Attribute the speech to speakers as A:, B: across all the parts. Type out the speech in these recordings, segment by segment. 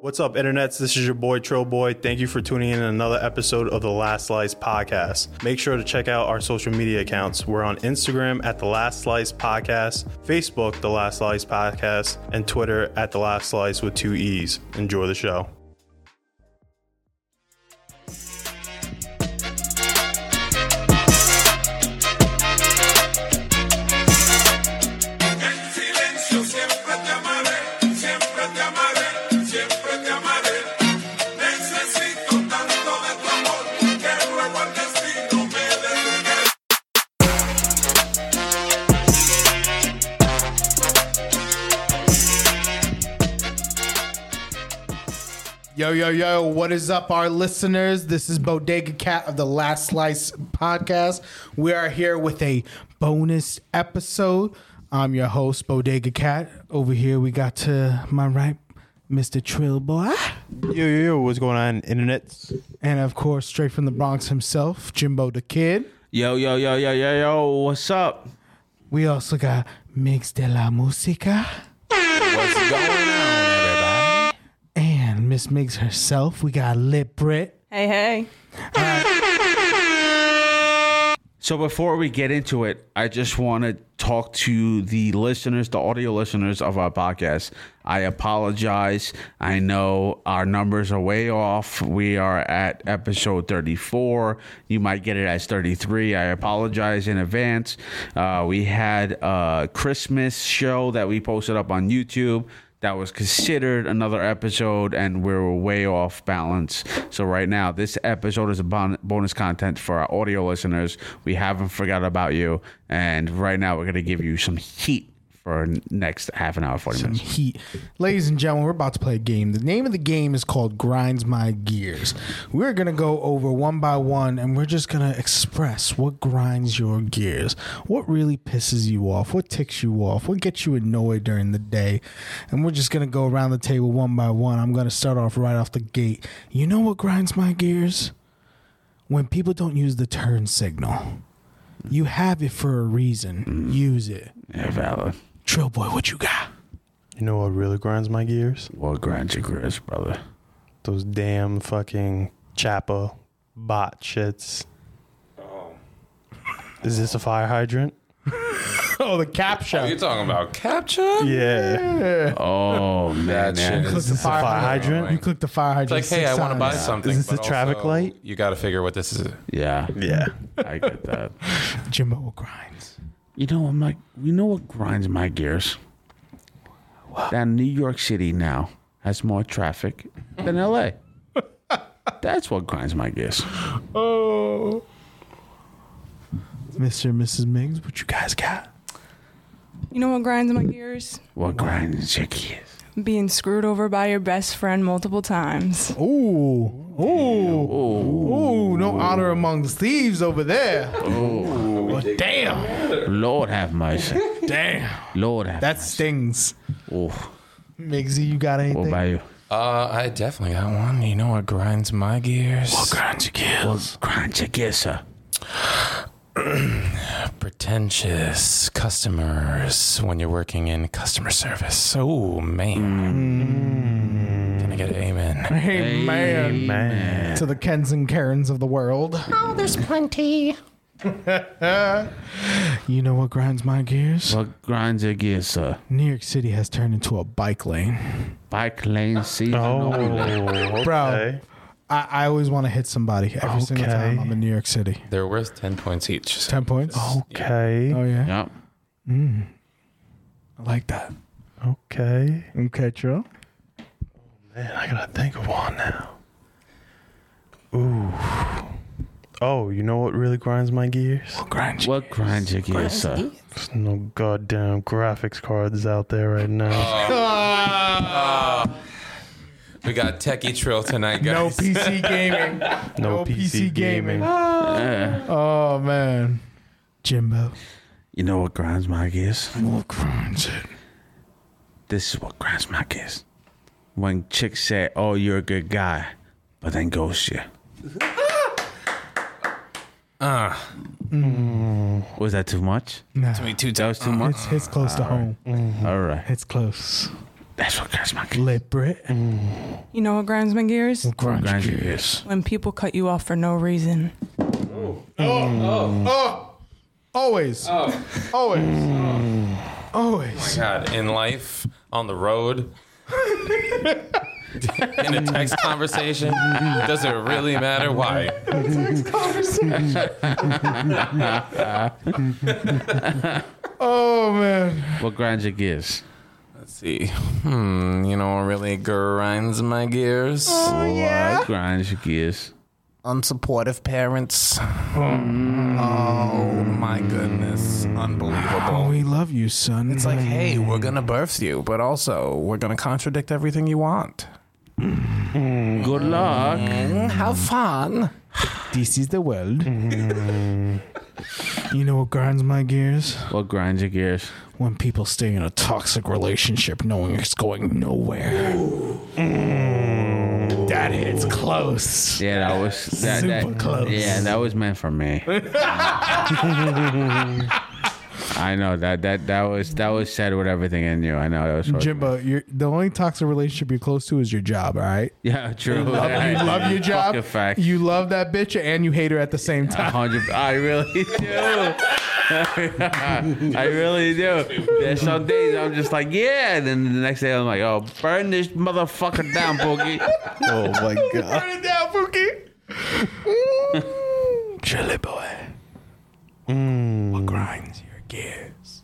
A: What's up, internets? This is your boy Tro Boy. Thank you for tuning in to another episode of the Last Slice Podcast. Make sure to check out our social media accounts. We're on Instagram at the Last Slice Podcast, Facebook the Last Slice Podcast, and Twitter at the Last Slice with two E's. Enjoy the show.
B: En silencio siempre te amaré, siempre te amaré, siempre te amaré. Necesito tanto de tu amor que ruego al destino me dé tu querer.
C: Yo, yo, yo, what is up, our listeners? This is Bodega Cat of the Last Slice podcast. We are here with a bonus episode. I'm your host, Bodega Cat. Over here, we got to my right, Mr. Trill Boy.
A: Yo, yo, yo, what's going on, internets?
C: And of course, straight from the Bronx himself, Jimbo the Kid.
D: Yo, yo, yo, yo, yo, yo, what's up?
C: We also got Mix de la Musica
D: What's going on, everybody?
C: and Miss Mix herself. We got Lip Brit.
E: Hey, hey.
D: So before we get into it, I just want to talk to the listeners, the audio listeners of our podcast. I apologize. I know our numbers are way off. We are at episode 34. You might get it as 33. I apologize in advance. Uh, we had a Christmas show that we posted up on YouTube. that was considered another episode and we were way off balance. So right now, this episode is a bon- bonus content for our audio listeners. We haven't forgot about you, and right now we're gonna give you some heat for next half an hour, forty minutes.
C: heat. Ladies and gentlemen, we're about to play a game. The name of the game is called Grinds My Gears. We're going to go over one by one and we're just going to express what grinds your gears, what really pisses you off, what ticks you off, what gets you annoyed during the day. And we're just going to go around the table one by one. I'm going to start off right off the gate. You know what grinds my gears? When people don't use the turn signal. You have it for a reason. Use it.
D: Yeah, valid.
C: Trill boy, what you got?
A: You know what really grinds my gears?
D: Well, grind your gears, brother.
A: Those damn fucking Chappa bot shits. Um. Is this a fire hydrant?
C: Oh, the cap shot.
F: You're talking about capture?
A: Yeah.
D: Oh man,
F: shit
D: that-
C: click the
A: Is this a
C: fire,
A: fire
C: hydrant.
A: hydrant?
C: You click the fire
F: It's
C: hydrant.
F: like, hey, I
C: six
F: want to buy
C: times.
F: something.
A: Is this
F: but
A: the traffic
F: also,
A: light?
F: You got to figure what this is.
D: yeah,
A: Yeah.
D: I get that.
C: Jimbo grinds.
D: You know, I'm like, you know what grinds my gears? That New York City now has more traffic than LA. That's what grinds my gears.
C: Oh. Mr. and Mrs. Miggs, what you guys got?
E: You know what grinds my gears?
D: What grinds your gears?
E: Being screwed over by your best friend multiple times.
C: Ooh. Ooh.
D: Oh,
C: Ooh, no honor among the thieves over there. Well, damn.
D: Lord have mercy.
C: Damn.
D: Lord have
C: That stings.
D: mercy. Oh,
C: Miggsy, you got anything?
D: what about you?
F: Uh, I definitely got one. You know what grinds my gears?
D: Grinds your gears. What grinds your gears, sir?
F: Pretentious customers when you're working in customer service. Oh, man.
A: Hmm.
F: Can I get an amen?
C: Hey, man.
A: Man.
C: To the Kens and Karens of the world.
G: Oh, there's plenty.
C: You know what grinds my gears?
D: What grinds your gears, sir?
C: New York City has turned into a bike lane.
D: Bike lane season
A: Oh,
D: only.
C: Bro.
A: okay.
C: I, I always want to hit somebody every single
A: Okay.
C: time I'm in New York City.
F: They're worth 10 points each.
C: Ten points. Oh,
A: Okay.
C: oh yeah. Hmm.
D: Yep.
C: I like that.
A: Okay.
C: Okay, true.
A: Man, I gotta think of one now. Ooh. Oh, you know what really grinds my gears?
C: Grind.
D: What grinds your gears, sir?
A: There's no goddamn graphics cards out there right now.
F: Ah. We got Techie Trill tonight, guys.
C: No PC gaming.
A: no, PC, gaming.
C: Oh man, Jimbo.
D: You know what grinds my gears?
C: What grinds it?
D: this is what grinds my gears. When chicks say, "Oh, you're a good guy," but then ghost you. Ah. Was that too much?
C: Nah,
F: Me too,
D: That was too much.
F: Uh, mm.
C: it's it's close to home.
D: All right.
C: It's close.
D: That's what grinds my gears.
C: Lip Brit.
E: You know what grinds my gears?
F: Mm,
C: Grunge
D: Grinds your
C: gears.
D: gears.
E: When people cut you off for no reason.
C: Oh! Always.
F: Oh.
C: Always.
F: Mm.
C: Always.
F: God, in life, on the road, in a text conversation, does it really matter why?
C: Oh, man.
D: What grinds your gears?
F: Let's see. Hmm, you know what really grinds my gears?
D: What grinds your gears?
F: Unsupportive parents. Oh, my goodness. Unbelievable.
C: We love you, son.
F: Oh. It's like, hey, we're gonna birth you, but also we're gonna contradict everything you want.
D: Good luck.
F: Have fun.
C: this is the world. you know what grinds my gears?
D: What grinds your gears?
C: When people stay in a toxic relationship knowing it's going nowhere. That hits close.
D: Yeah, that was that,
C: Super
D: that-
C: close.
D: Yeah, that was meant for me. I know that that that was that was said with everything in you. I know that was. what-
C: Jimbo, you're, the only toxic relationship you're close to is your job, all right?
D: Yeah, true.
C: You love your job.
D: Fucking fact.
C: You love that bitch and you hate her at the same
D: A
C: time.
D: hundred. I really do. I really do. There's some days I'm just like, yeah, and then the next day I'm like, oh, burn this motherfucker down, Boogie.
A: Oh my god.
C: it down, Pookie.
F: Chili boy. What grinds your gears?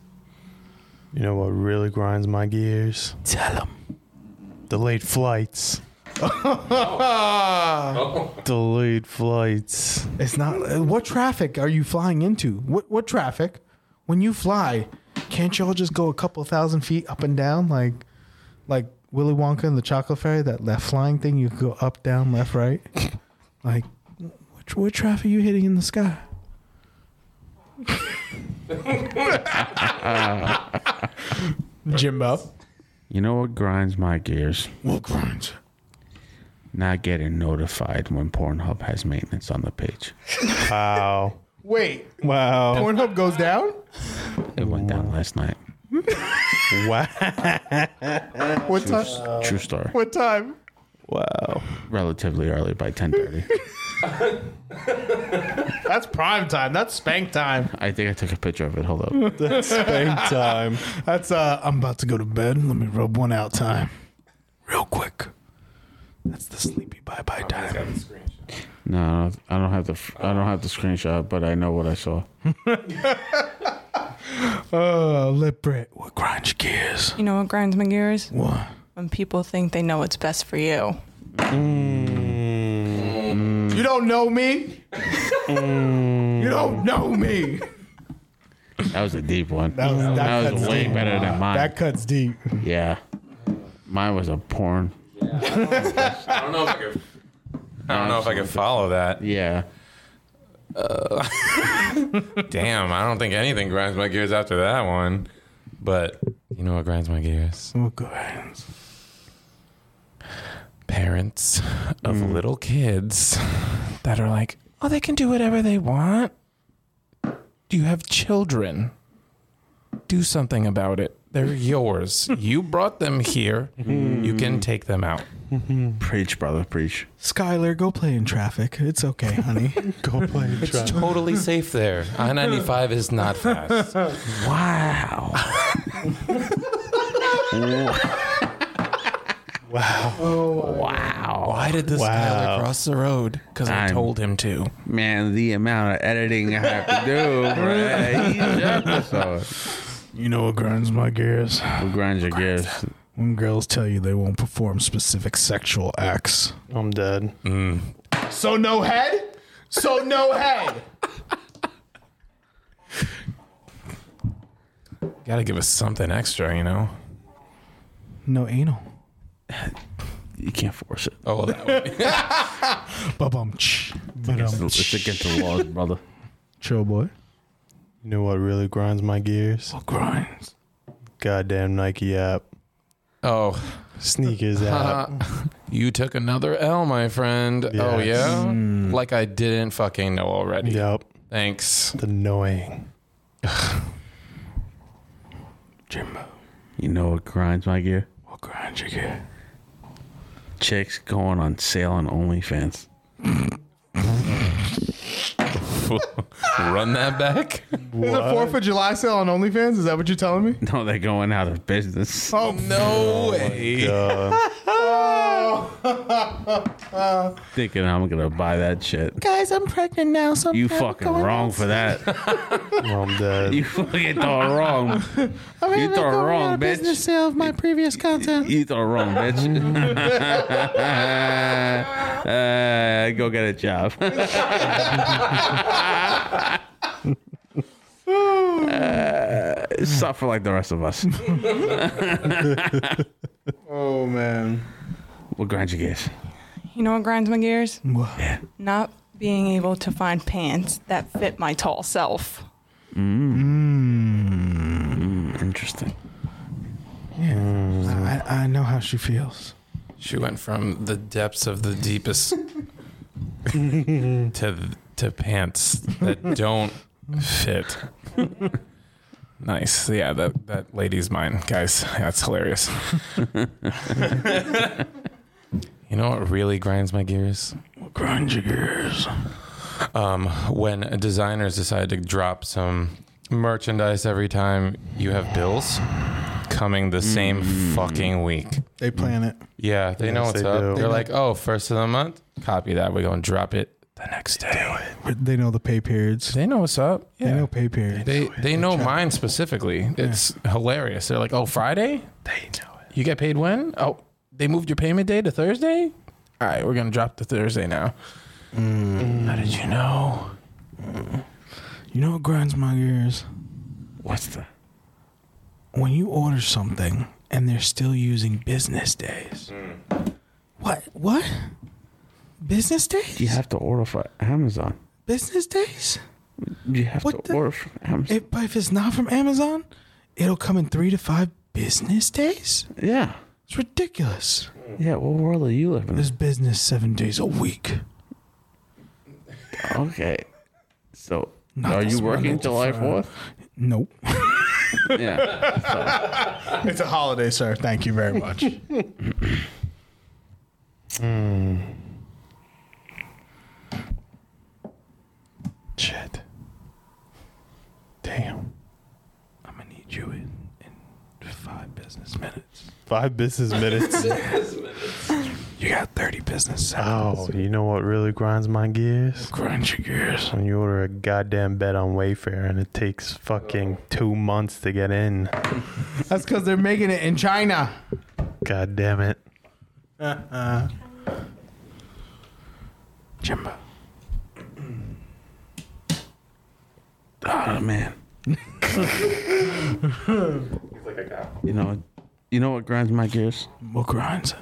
A: You know what really grinds my gears?
F: Tell him.
A: Delayed flights. Delayed flights.
C: It's not. uh, What traffic are you flying into? What what traffic? When you fly, can't y'all just go a couple thousand feet up and down like like Willy Wonka and the Chocolate Fairy? That left flying thing, you could go up, down, left, right. Like, what, what traffic are you hitting in the sky? Jimbo.
D: You know what grinds my gears?
C: What grinds?
D: Not getting notified when Pornhub has maintenance on the page.
A: Wow.
C: Wait,
A: Wow.
C: Pornhub goes down?
D: It went down last night.
A: Wow.
C: What time?
D: True story.
C: What time?
A: Wow.
D: Relatively early by 10:30.
C: That's prime time. That's spank time.
D: I think I took a picture of it. Hold up.
A: That's spank time.
C: That's uh I'm about to go to bed. Let me rub one out time. Real quick. That's the sleepy bye bye time.
D: No, I don't- I don't have the f- I don't have the screenshot, but I know what I saw.
C: Oh, lip Brit. What grinds your gears?
E: You know what grinds my gears?
C: What?
E: When people think they know what's best for you.
C: You don't know me?
D: Mm.
C: you don't know me.
D: That was a deep one.
C: That was, that
D: That
C: cuts
D: was way
C: deep.
D: better than mine.
C: That cuts deep.
D: Yeah. Mine was a porn.
F: I don't know if I could. I don't know if I could follow that.
D: Yeah.
F: Damn, I don't think anything grinds my gears after that one. But you know what grinds my gears?
C: What grinds?
F: Parents of little kids that are like, oh, they can do whatever they want. You have children. Do something about it. They're yours. you brought them here. You can take them out.
D: Preach, brother, preach.
C: Skylar, go play in traffic. It's okay, honey.
A: Go play a
F: It's
A: trap.
F: totally safe there. I 95 is not fast.
D: Wow. wow.
F: Why did this
A: Wow.
F: guy cross the road? Because I
D: I'm-
F: told him to.
D: Man, the amount of editing I have to do for each episode.
C: you know what grinds my gears?
D: Who grinds your gears?
C: When girls tell you they won't perform specific sexual acts.
A: I'm dead.
C: So no head? So no head.
F: Got to give us something extra, you know.
C: No anal.
D: You can't force it.
F: Oh, well, that would be-
C: Ba-bum. Ba-dum.
D: It's against the laws, brother.
C: Chill, boy.
A: You know what really grinds my gears?
C: Grinds.
A: Goddamn Nike app.
F: oh,
A: Sneakers app.
F: you took another L, my friend. Oh
A: Yes.
F: yeah,
D: Mm.
F: like I didn't fucking know already.
A: Yep.
F: Thanks.
A: It's annoying.
D: You know what grinds my gear?
C: What grind your gear.
D: Chicks going on sale on OnlyFans.
F: Run that back.
C: Is it Fourth of July sale on OnlyFans? Is that what you're telling me?
D: No, they're going out of business.
F: Oh no way.
D: Thinking I'm gonna buy that shit.
C: Guys, I'm pregnant now, so
D: You fucking wrong for that.
A: I'm dead.
D: You fucking thought wrong. You thought wrong, bitch.
C: sale of my previous content.
D: You thought wrong, bitch. uh, go get a job. Uh, suffer like the rest of us.
C: Oh man.
D: We'll grind your gears.
E: You know what grinds my gears?
C: What?
E: Not being able to find pants that fit my tall self.
C: Mm.
D: Mm, Interesting.
C: I, I know how she feels.
F: She went from the depths of the deepest to to pants that don't fit. Nice. Yeah, that, that lady's mine, guys. That's hilarious. you know what really grinds my gears?
C: Grind your gears.
F: um, when designers decide to drop some merchandise every time you have bills coming the same fucking week.
C: They plan it.
F: Yeah, they know
A: Yes,
F: what's
A: they
F: up.
A: do.
F: They're like, oh, first of the month, copy that. We're going to drop it the next day.
C: They know the pay periods.
F: They know what's up. Yeah.
C: They know pay periods.
F: They they know mine specifically. It's hilarious. They're like, oh, Friday. They know it. You get paid when? Oh, they moved your payment day to Thursday. All right, we're gonna drop to Thursday now. How did you know?
C: Mm. You know what grinds my gears?
D: What's the?
C: When you order something and they're still using business days. What? What? Business days?
D: You have to order for Amazon.
C: business days?
D: You have
C: What
D: to
C: the-
D: order for Amazon.
C: If, but if it's not from Amazon, it'll come in three to five business days?
D: yeah.
C: It's ridiculous.
D: Yeah. What world are you living in?
C: This business seven days a week.
D: Okay. So,
C: Not
D: are
C: this
D: you working
C: one.
D: July 4th?
C: Nope.
D: Yeah.
C: It's a holiday, sir. Thank you very much. Shit. Damn. I'm gonna need you in, in five business minutes.
A: Five business minutes.
C: You got 30 business seconds.
A: oh, you know what really grinds my gears?
C: Grind your gears.
A: When you order a goddamn bed on Wayfair and it takes fucking two months to get in.
C: That's because they're making it in China.
A: God damn it.
C: Uh-uh. Jimbo. Ah,
D: Oh man. you know, you know what grinds my gears?
C: What grinds?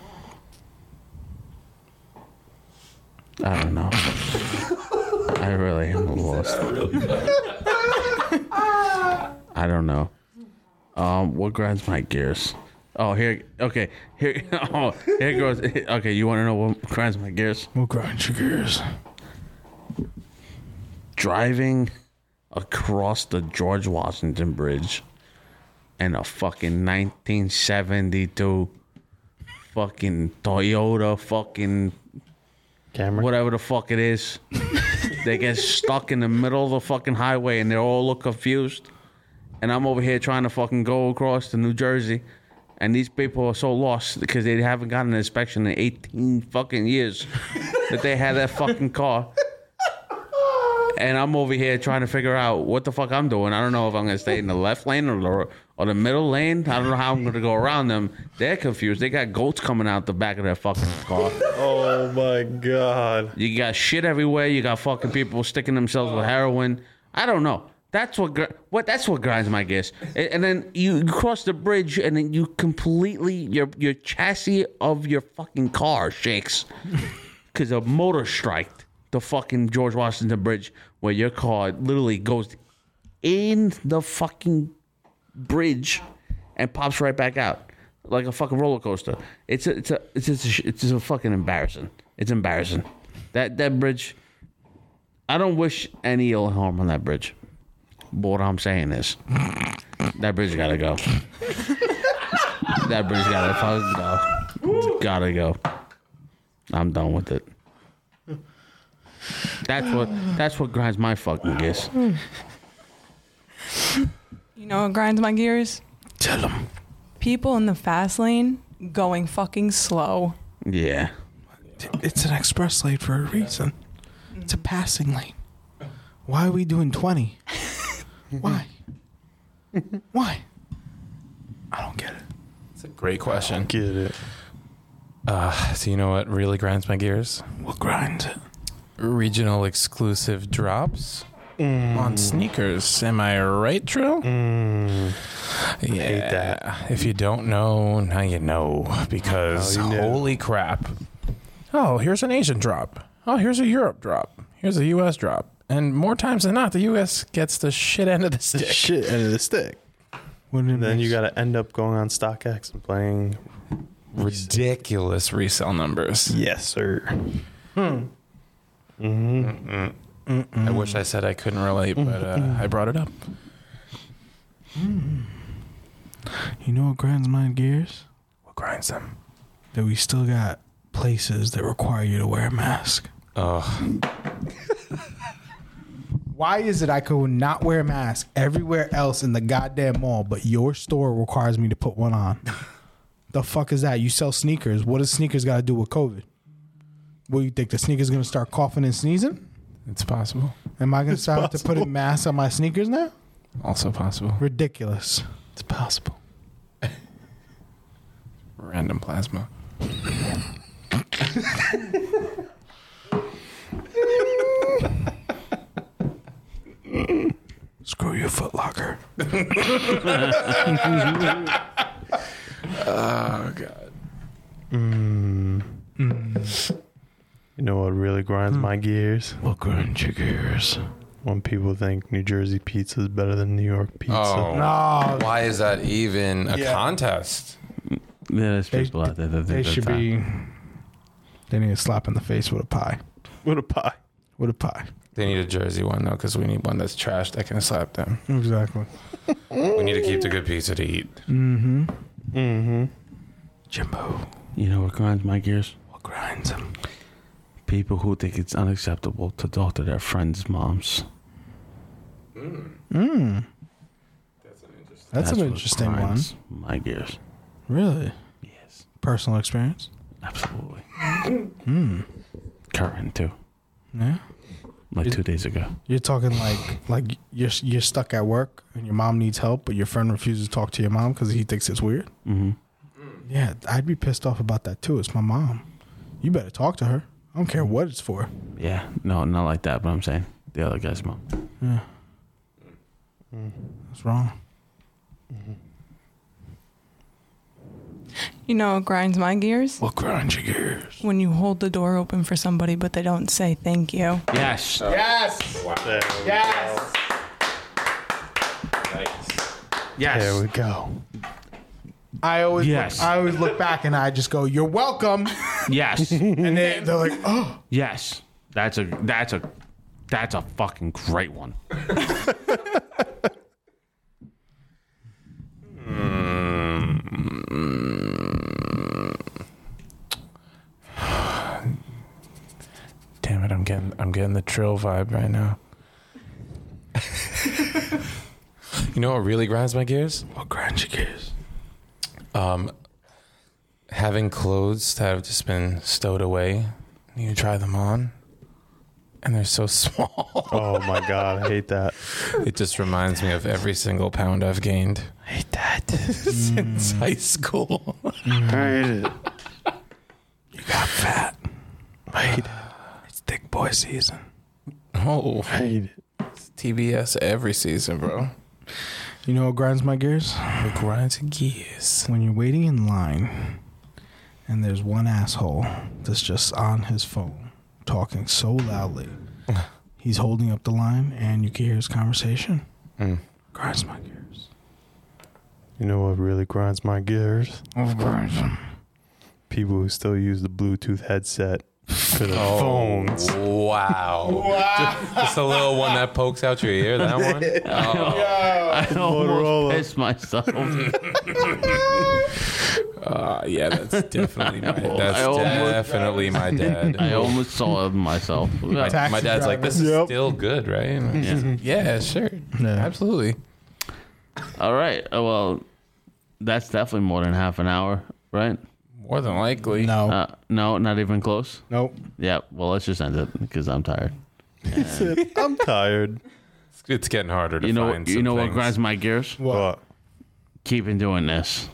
D: I don't know. I really am lost. I don't know. Um, what grinds my gears? Oh, here. Okay, here. Oh, here goes. Okay, you want to know what grinds my gears?
C: What grinds your gears?
D: driving across the George Washington Bridge in a fucking 1972 fucking Toyota fucking
A: Camera.
D: whatever the fuck it is. they get stuck in the middle of the fucking highway and they all look confused. And I'm over here trying to fucking go across to New Jersey. And these people are so lost because they haven't gotten an inspection in 18 fucking years that they had that fucking car. And I'm over here trying to figure out what the fuck I'm doing. I don't know if I'm gonna stay in the left lane or the, or the middle lane. I don't know how I'm gonna go around them. They're confused. They got goats coming out the back of their fucking car.
A: Oh my god.
D: You got shit everywhere. You got fucking people sticking themselves with heroin. I don't know. That's what gr- what that's what grinds my gears. And, and then you cross the bridge, and then you completely your your chassis of your fucking car shakes because a motor striked the fucking George Washington Bridge, where your car literally goes in the fucking bridge and pops right back out like a fucking roller coaster. It's a, it's a, it's just a, sh- it's just a fucking embarrassing. It's embarrassing. That that bridge. I don't wish any ill harm on that bridge. But what I'm saying is, that bridge gotta go. that bridge gotta fucking go. Gotta go. I'm done with it. That's what that's what grinds my fucking gears.
E: You know what grinds my gears?
D: Tell them.
E: People in the fast lane going fucking slow.
D: Yeah.
C: It's an express lane for a reason. It's a passing lane. Why are we doing 20? Why? Why? I don't get it.
F: It's a great question.
A: Get it.
F: Uh, so you know what really grinds my gears?
C: We'll grind it.
F: Regional exclusive drops
A: Mm,
F: on sneakers. Am I right, Trill? Yeah.
A: hate that.
F: If you don't know, now you know because
A: Now you know.
F: holy crap. Oh, here's an Asian drop. Oh, here's a Europe drop. Here's a US drop. And more times than not, the US gets the shit end of the
A: The
F: stick.
A: shit end of the stick.
C: Wouldn't it
A: Then
C: make
A: you got to end up going on StockX and playing.
F: Ridiculous resale numbers.
A: Yes, sir.
F: I wish I said I couldn't relate, but uh, I brought it up.
C: You know what grinds my gears?
F: What grinds them?
C: That we still got places that require you to wear a mask.
F: Oh,
C: Why is it I could not wear a mask everywhere else in the goddamn mall, but your store requires me to put one on? the fuck is that? You sell sneakers. What does sneakers got to do with COVID? What do you think? The sneakers going to start coughing and sneezing?
F: it's possible.
C: Am I going to start to put a mask on my sneakers now?
F: Also possible.
C: Ridiculous.
F: It's possible. Random plasma.
C: Screw your Foot Locker.
F: Oh god.
A: Mm.
C: Mm.
A: You know what really grinds my gears?
C: Hmm. What grind your gears?
A: When people think New Jersey pizza is better than New York pizza.
F: Oh,
C: No.
F: why is that even a
A: Yeah.
F: contest?
D: There's
C: They-
D: people out there that
C: They
D: think
C: should
D: that's-
C: be. They need a slap in the face with a pie.
A: What a pie.
C: With a pie.
F: They need a Jersey one though, because we need one that's trash that can slap them.
C: Exactly.
F: We need to keep the good pizza to eat.
C: Mm-hmm.
A: Mm-hmm.
C: Jimbo.
D: You know what grinds my gears?
C: What grinds him?
D: People who think it's unacceptable to talk to their friends' moms.
C: Hmm. That's, an
D: what
C: interesting one.
D: grinds My gears.
C: Really?
D: Yes.
C: Personal experience?
D: Absolutely.
C: Hmm.
D: Current too.
C: Yeah.
D: Like two days ago.
C: You're talking like like you're you're stuck at work and your mom needs help, but your friend refuses to talk to your mom because he thinks it's weird.
D: Mm-hmm.
C: Yeah, I'd be pissed off about that too. It's my mom. You better talk to her. I don't care what it's for.
D: Yeah. No, not like that. But I'm saying the other guy's mom.
C: What's wrong?
E: You know what grinds my gears?
C: What grind your gears?
E: When you hold the door open for somebody but they don't say thank you.
D: Yes.
A: There we go. There we go.
C: I always
D: Yes.
C: look, I always look back and I just go, "You're welcome,"
D: Yes.
C: and they they're like, "Oh,
D: yes. That's a. That's a. That's a fucking great one.
F: Damn it, I'm getting I'm getting the trill vibe right now. you know what really grinds my gears?
C: what grind your gears?"
F: Um, having clothes that have just been stowed away, and you try them on, and they're so small.
A: Oh my God. I hate that.
F: It just reminds me of every single pound I've gained. I hate that since high school.
C: You got fat. I hate it. It's thick boy season.
F: Oh,
A: I hate it.
F: TBS every season, bro.
C: You know what grinds my gears?
F: It grinds gears.
C: When you're waiting in line and there's one asshole that's just on his phone talking so loudly, he's holding up the line and you can hear his conversation. Grinds my gears.
A: You know what really grinds my gears?
C: Oh, grinds them.
A: People who still use the Bluetooth headset for their
C: Oh.
A: phones.
F: Wow. Just, just a little one that pokes out your ear, that one?
D: I almost
A: Motorola.
D: pissed myself.
F: Uh, yeah, that's definitely my, that's
D: I almost-
F: definitely my dad.
D: I almost saw it myself.
C: Taxi
F: my dad's like,
C: driver.
F: this is
A: Yep.
F: still good, right? And I'm like, Yeah, sure, absolutely.
D: All right. uh, Well, that's definitely more than half an hour, right?
F: More than likely,
C: No.
D: Uh, no, not even close.
C: nope.
D: Yeah. Well, let's just end it because I'm tired.
A: I'm tired.
F: It's, it's getting harder to
D: You know.
F: find.
D: You
F: some
D: know what
F: things.
D: grinds my gears?
A: What?
D: Keeping doing this.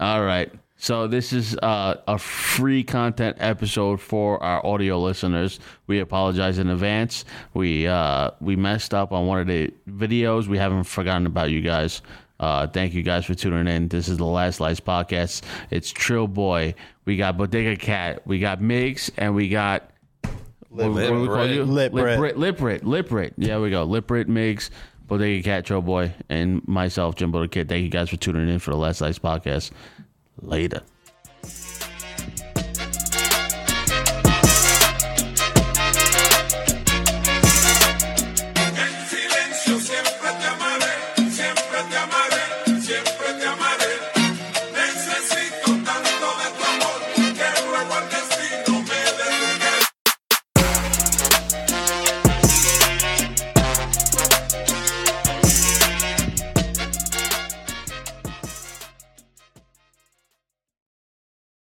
D: All right. So this is uh, a free content episode for our audio listeners. We apologize in advance. We uh, we messed up on one of the videos. We haven't forgotten about you guys. Uh, thank you guys for tuning in. This is the Last Lights podcast. It's Trill Boy. We got Bodega Cat. We got Migs, and we got what, what do we call you?
A: Lip Brit.
D: Lip Lip Brit. Lip Brit. Yeah, we go. Lip Brit, Migs, Bodega Cat, Trill Boy, and myself, Jimbo the Kid. Thank you guys for tuning in for the Last Lights podcast. Later.